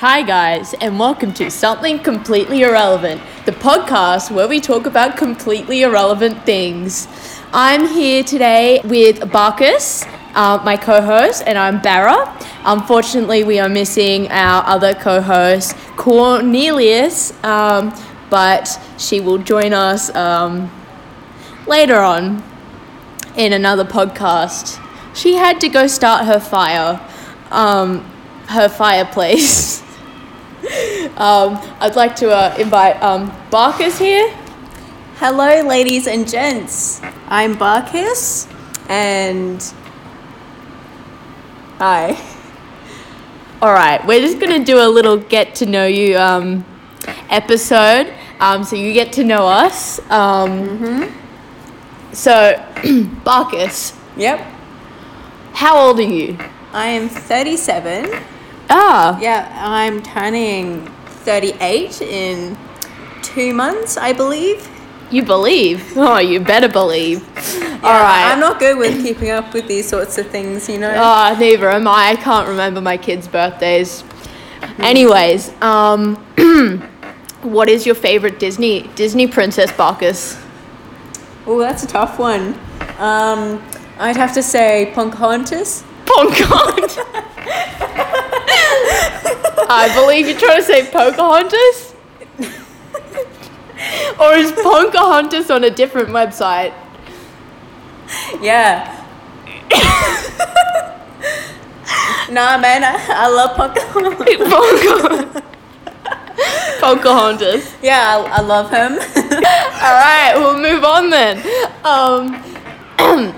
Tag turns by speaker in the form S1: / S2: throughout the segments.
S1: guys, and welcome to Something Completely Irrelevant, the podcast where we talk about completely irrelevant things. I'm here today with Barkus, uh, my co host, and I'm Barra. Unfortunately, we are missing our other co host, Cornelius, um, but she will join us um, later on in another podcast. She had to go start her fire, um, her fireplace. um, I'd like to uh, invite um, Barker's here.
S2: Hello, ladies and gents. I'm Barkis, and hi.
S1: All right, we're just gonna do a little get to know you um, episode, um, so you get to know us. Um,
S2: Mm-hmm.
S1: So, Barkus,
S2: Yep.
S1: how old are you?
S2: I am 37.
S1: Ah,
S2: Yeah, I'm turning 38 in two months, I believe.
S1: you believe? Oh, you better believe. All
S2: Yeah,
S1: right.
S2: I'm not good with keeping up with these sorts of things, you know.
S1: Ah, neither am I. I can't remember my kids' birthdays. Anyways, um, what is your favorite Disney Disney princess, Barkus?
S2: Oh, that's a tough one. Um, I'd have to say Pocahontas.
S1: Pocahontas. I believe you're trying to say Pocahontas. or is Pocahontas on a different website?
S2: Yeah. nah, man, I, I love Pocahontas.
S1: Pocahontas. Pocahontas.
S2: Yeah, I, I love him.
S1: All right, we'll move on then. Um,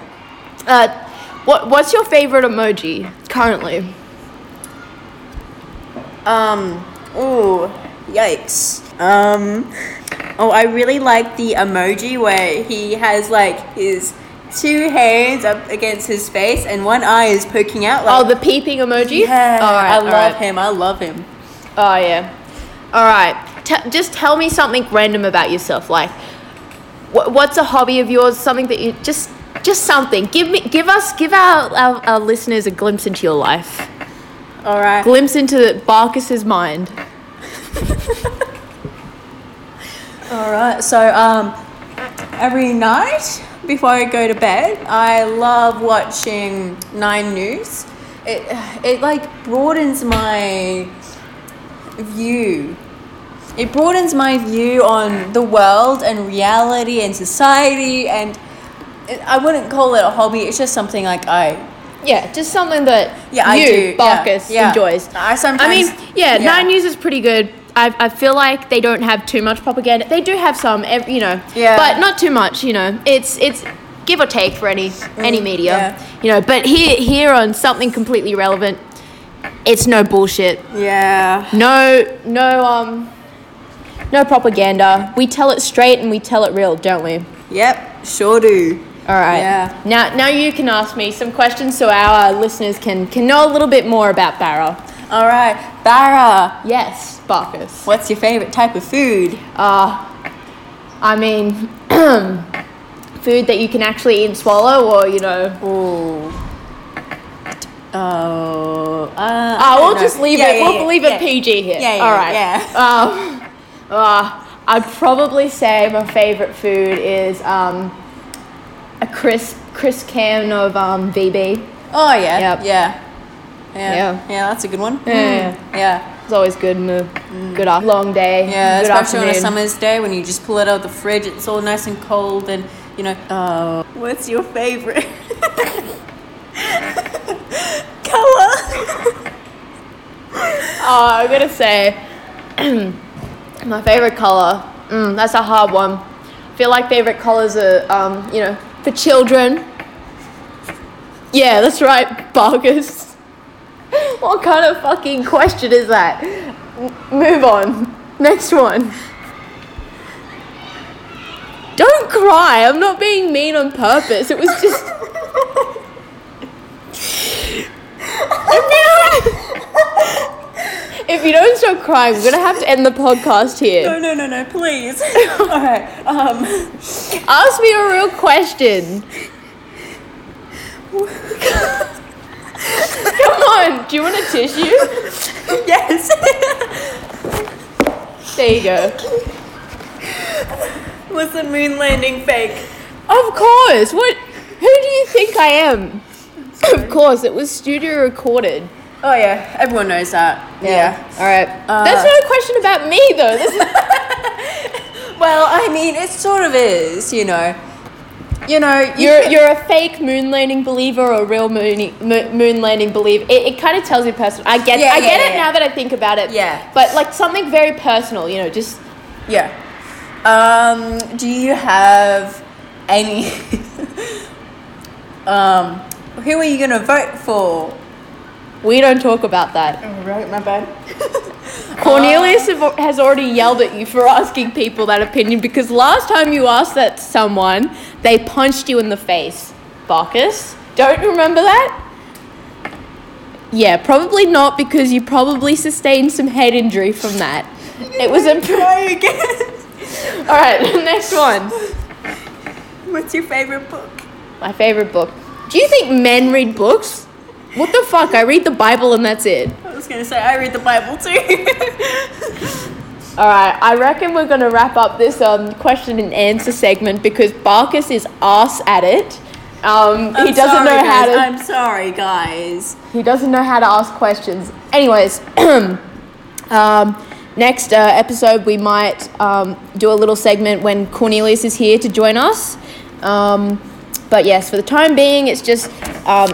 S1: uh, what what's your favorite emoji currently?
S2: um, ooh, yikes. Um, oh, I really like the emoji where he has like his two hands up against his face and one eye is poking out. Like,
S1: Oh, the peeping emoji.
S2: yeah,
S1: All right,
S2: I
S1: all
S2: love
S1: right.
S2: him. I love him.
S1: Oh yeah. All right. T- just tell me something random about yourself. Like, wh- what's a hobby of yours? Something that you just just something. Give me give us give our, our, our listeners a glimpse into your life.
S2: All right.
S1: Glimpse into Barkus's mind.
S2: All right. So um, every night before I go to bed, I love watching Nine News. It it like broadens my view. It broadens my view on the world and reality and society and it, I wouldn't call it a hobby. It's just something like I
S1: Yeah, just something that
S2: Yeah,
S1: you,
S2: I do. Yeah,
S1: Barkus,
S2: yeah.
S1: enjoys.
S2: I sometimes.
S1: I mean, yeah,
S2: yeah.
S1: Nine News is pretty good. I, I feel like they don't have too much propaganda. They do have some, ev- you know,
S2: Yeah.
S1: but not too much. You know, it's it's give or take for any any media.
S2: Mm, yeah.
S1: You know, but here here on something completely relevant, it's no bullshit.
S2: Yeah.
S1: No no um no propaganda. We tell it straight and we tell it real, don't we?
S2: Yep. Sure do.
S1: All right.
S2: Yeah.
S1: Now now you can ask me some questions so our listeners can can know a little bit more about Barra.
S2: All right, Barra.
S1: Yes, Barkus.
S2: What's your favorite type of food?
S1: Uh, I mean, food that you can actually eat and swallow, or you know.
S2: Oh. Oh. Uh,
S1: Ah,
S2: I
S1: we'll
S2: don't
S1: just
S2: know.
S1: leave
S2: Yeah,
S1: it.
S2: yeah,
S1: we'll
S2: yeah,
S1: leave
S2: yeah.
S1: it PG here.
S2: Yeah, yeah,
S1: All right.
S2: yeah.
S1: Um, uh, I'd probably say my favorite food is um, a crisp crisp can of um, VB.
S2: Oh yeah.
S1: Yep.
S2: Yeah. Yeah.
S1: Yeah.
S2: Yeah. That's a good one.
S1: Yeah.
S2: Mm. Yeah.
S1: It's always good in a good af- long day.
S2: Yeah.
S1: good
S2: Especially on a
S1: afternoon.
S2: summer's day when you just pull it out of the fridge, it's all nice and cold, and you know. Oh. What's your favorite? Color.
S1: Oh, I'm gonna say my favorite color. Mm, that's a hard one. I feel like favorite colors are, um, you know, for children. Yeah, that's right, Bargus. What kind of fucking question is that? M- move on. Next one. Don't cry. I'm not being mean on purpose. It was just. if you don't stop crying, we're gonna have to end the podcast here.
S2: no, no, no, no, please. all right. Um.
S1: Ask me a real question. Come on, do you want a tissue?
S2: yes.
S1: There you go.
S2: Was the moon landing fake?
S1: Of course. What? Who do you think I am? Of course, it was studio recorded.
S2: Oh yeah, everyone knows that.
S1: All right.
S2: Uh,
S1: That's not a question about me though. This is-
S2: Well, I mean, it sort of is, you know. You know, you
S1: you're
S2: can-
S1: you're a fake moon landing believer or a real moon moon landing believer. It, it kind of tells you personal. I get.
S2: Yeah,
S1: I get
S2: yeah,
S1: it
S2: yeah.
S1: now that I think about it.
S2: Yeah.
S1: But like something very personal, you know, just
S2: yeah. Um, do you have any? um, who are you gonna vote for?
S1: we don't talk about that.
S2: Oh, right, my bad.
S1: Cornelius have- has already yelled at you for asking people that opinion because last time you asked that to someone, they punched you in the face. Barkus, don't remember that? Yeah, probably not because you probably sustained some head injury from that. It was a.
S2: Try again.
S1: All right, next one.
S2: What's your favorite book?
S1: My favorite book. Do you think men read books? What the fuck? I read the Bible and that's it.
S2: I was gonna say I read the Bible too.
S1: All right, I reckon we're going to wrap up this um, question and answer segment because Barkus is ass at it. Um, he doesn't
S2: I'm sorry,
S1: know how
S2: guys.
S1: to.
S2: I'm sorry, guys.
S1: He doesn't know how to ask questions. Anyways, um, next uh, episode we might um, do a little segment when Cornelius is here to join us. Um, but yes, for the time being, it's just um,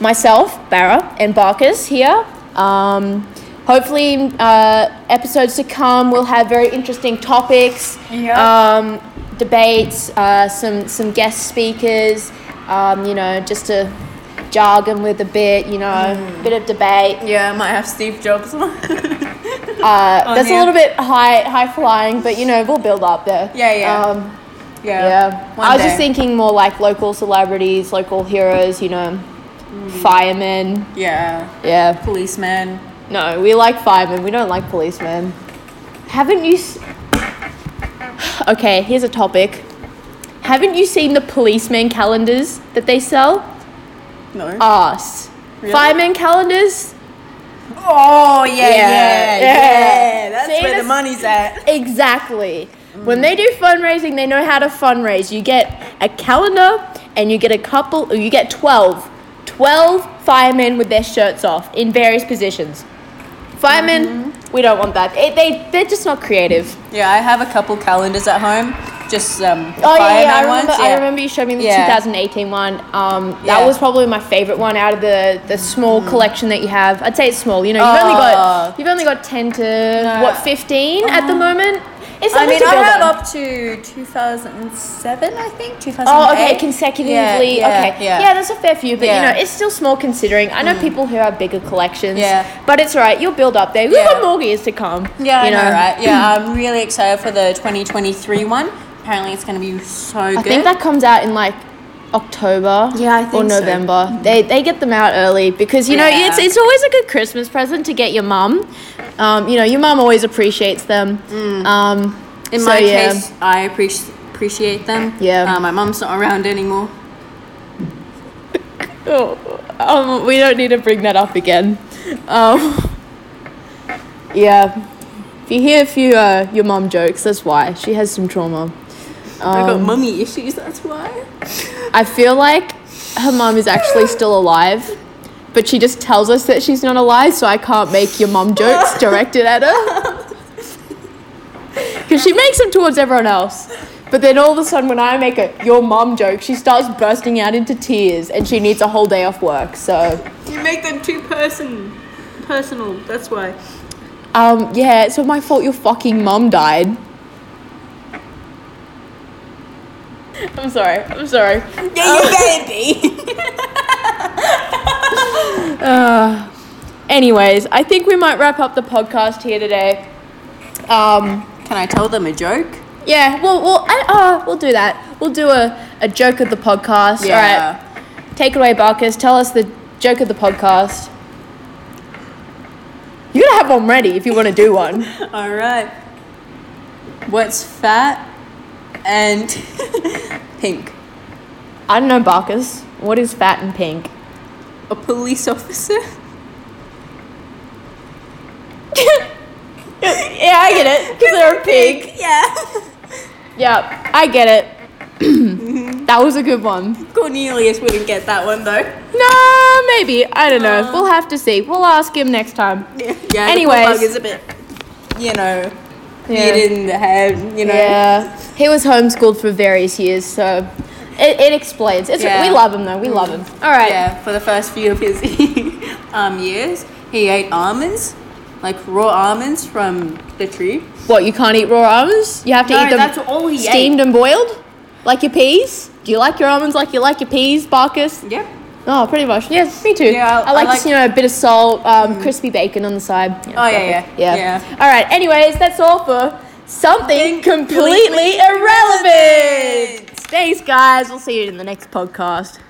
S1: myself, Barra, and Barkers here. Um, hopefully, uh, episodes to come will have very interesting topics
S2: Yeah.
S1: um, debates, uh, some some guest speakers, um, you know, just to jargon with a bit, you know, bit of debate.
S2: Yeah, I might have Steve Jobs.
S1: Uh,
S2: Oh,
S1: that's a
S2: yeah.
S1: little bit high high flying, but you know, we'll build up there.
S2: Yeah, yeah.
S1: Um, yeah.
S2: One
S1: I was
S2: day.
S1: just thinking more like local celebrities, local heroes, you know,
S2: Mm.
S1: firemen.
S2: Yeah,
S1: Yeah.
S2: policeman.
S1: No, we like firemen. We don't like policemen. Haven't you? S- okay, here's a topic. Haven't you seen the policeman calendars that they sell?
S2: No.
S1: Uh, Ass.
S2: Really?
S1: Fireman calendars?
S2: oh yeah,
S1: Yeah,
S2: yeah, yeah.
S1: yeah.
S2: That's
S1: See,
S2: where
S1: this-
S2: the money's at.
S1: Exactly. When they do fundraising, they know how to fundraise. You get a calendar and you get a couple, or you get 12. 12 firemen with their shirts off in various positions. Firemen,
S2: Mm-hmm.
S1: we don't want that. It, they, they're just not creative.
S2: Yeah, I have a couple calendars at home. Just um,
S1: Oh yeah, yeah, I
S2: fireman
S1: remember.
S2: ones.
S1: I remember you showed me the
S2: Yeah.
S1: 2018 one. Um, that
S2: Yeah. Mm.
S1: was probably my favorite one out of the the small collection that you have. I'd say it's small. You know, you've only
S2: Oh.
S1: got you've only got 10 to
S2: No. Uh-huh.
S1: what 15 at the moment. It's
S2: I
S1: something
S2: mean,
S1: to
S2: I
S1: build
S2: had
S1: on.
S2: up to 2007, I think. 2008.
S1: Oh, okay, consecutively.
S2: Yeah, yeah,
S1: okay,
S2: yeah.
S1: yeah. that's a fair few, but
S2: Yeah. Mm.
S1: you know, it's still small considering. I know people who have bigger collections,
S2: Yeah.
S1: but it's alright. You'll build up there. We've
S2: Yeah.
S1: got more years to come.
S2: Yeah,
S1: you
S2: I know, right? Yeah, I'm really excited for the 2023 one. Apparently, it's going to be so
S1: I
S2: good.
S1: think that comes out in like October.
S2: Yeah, I
S1: or
S2: think so.
S1: November. They they get them out early because you know
S2: Yeah.
S1: it's it's always a good Christmas present to get your mum. Um, you know your mum always appreciates them.
S2: Mm.
S1: Um,
S2: In
S1: so,
S2: my
S1: yeah.
S2: case, I appreci- appreciate them.
S1: Yeah.
S2: Uh, my mum's not around anymore.
S1: Oh, um, we don't need to bring that up again. Um, yeah, if you hear a few uh, your mum jokes, that's why she has some trauma.
S2: I got
S1: Um,
S2: mummy issues, that's why.
S1: I feel like her mum is actually still alive, but she just tells us that she's not alive, so I can't make your mum jokes directed at her. Because she makes them towards everyone else. But then all of a sudden, when I make a your mum joke, she starts bursting out into tears and she needs a whole day off work. So,
S2: You make them too person personal, that's why.
S1: um, yeah, it's not my fault your fucking mum died. I'm sorry. I'm sorry.
S2: Yeah, you better be.
S1: Uh, anyways, I think we might wrap up the podcast here today. Um,
S2: Can I tell them a joke?
S1: yeah, we'll we'll I, uh, we'll do that. We'll do a, a joke of the podcast.
S2: Yeah.
S1: All right, take it away, Barkers. Tell us the joke of the podcast. You gotta have one ready if you want to do one.
S2: Alright. What's fat and pink?
S1: I don't know, Barkers. What is fat and pink?
S2: a police officer.
S1: yeah, I get it. Because they're a pig.
S2: Yeah.
S1: Yeah, I get it.
S2: Mm-hmm.
S1: that was a good one.
S2: Cornelius wouldn't get that one though.
S1: No, maybe. I don't know. We'll have to see. We'll ask him next time.
S2: Yeah.
S1: Anyways.
S2: Anyways, is a bit, you know,
S1: Yeah.
S2: hit in the head. You know.
S1: Yeah. He was homeschooled for various years, so it, it explains. It's,
S2: Yeah. Mm-hmm.
S1: We love him, though. We love him. All right.
S2: Yeah, for the first few of his um, years, he ate almonds, like raw almonds from the tree.
S1: What, you can't eat raw almonds? You have to
S2: No,
S1: eat them
S2: that's all he ate.
S1: steamed and boiled? Like your peas? Do you like your almonds like you like your peas, Barkus?
S2: Yep.
S1: Oh, pretty much. Yeah, me too.
S2: Yeah, I-
S1: I, like
S2: I
S1: just, you know, a bit of salt, um, crispy bacon on the side.
S2: Oh, yeah,
S1: perfect.
S2: yeah,
S1: yeah.
S2: yeah.
S1: All right. Anyways, that's all for something
S2: Something
S1: completely
S2: completely
S1: irrelevant.
S2: irrelevant.
S1: Thanks, guys. We'll see you in the next podcast.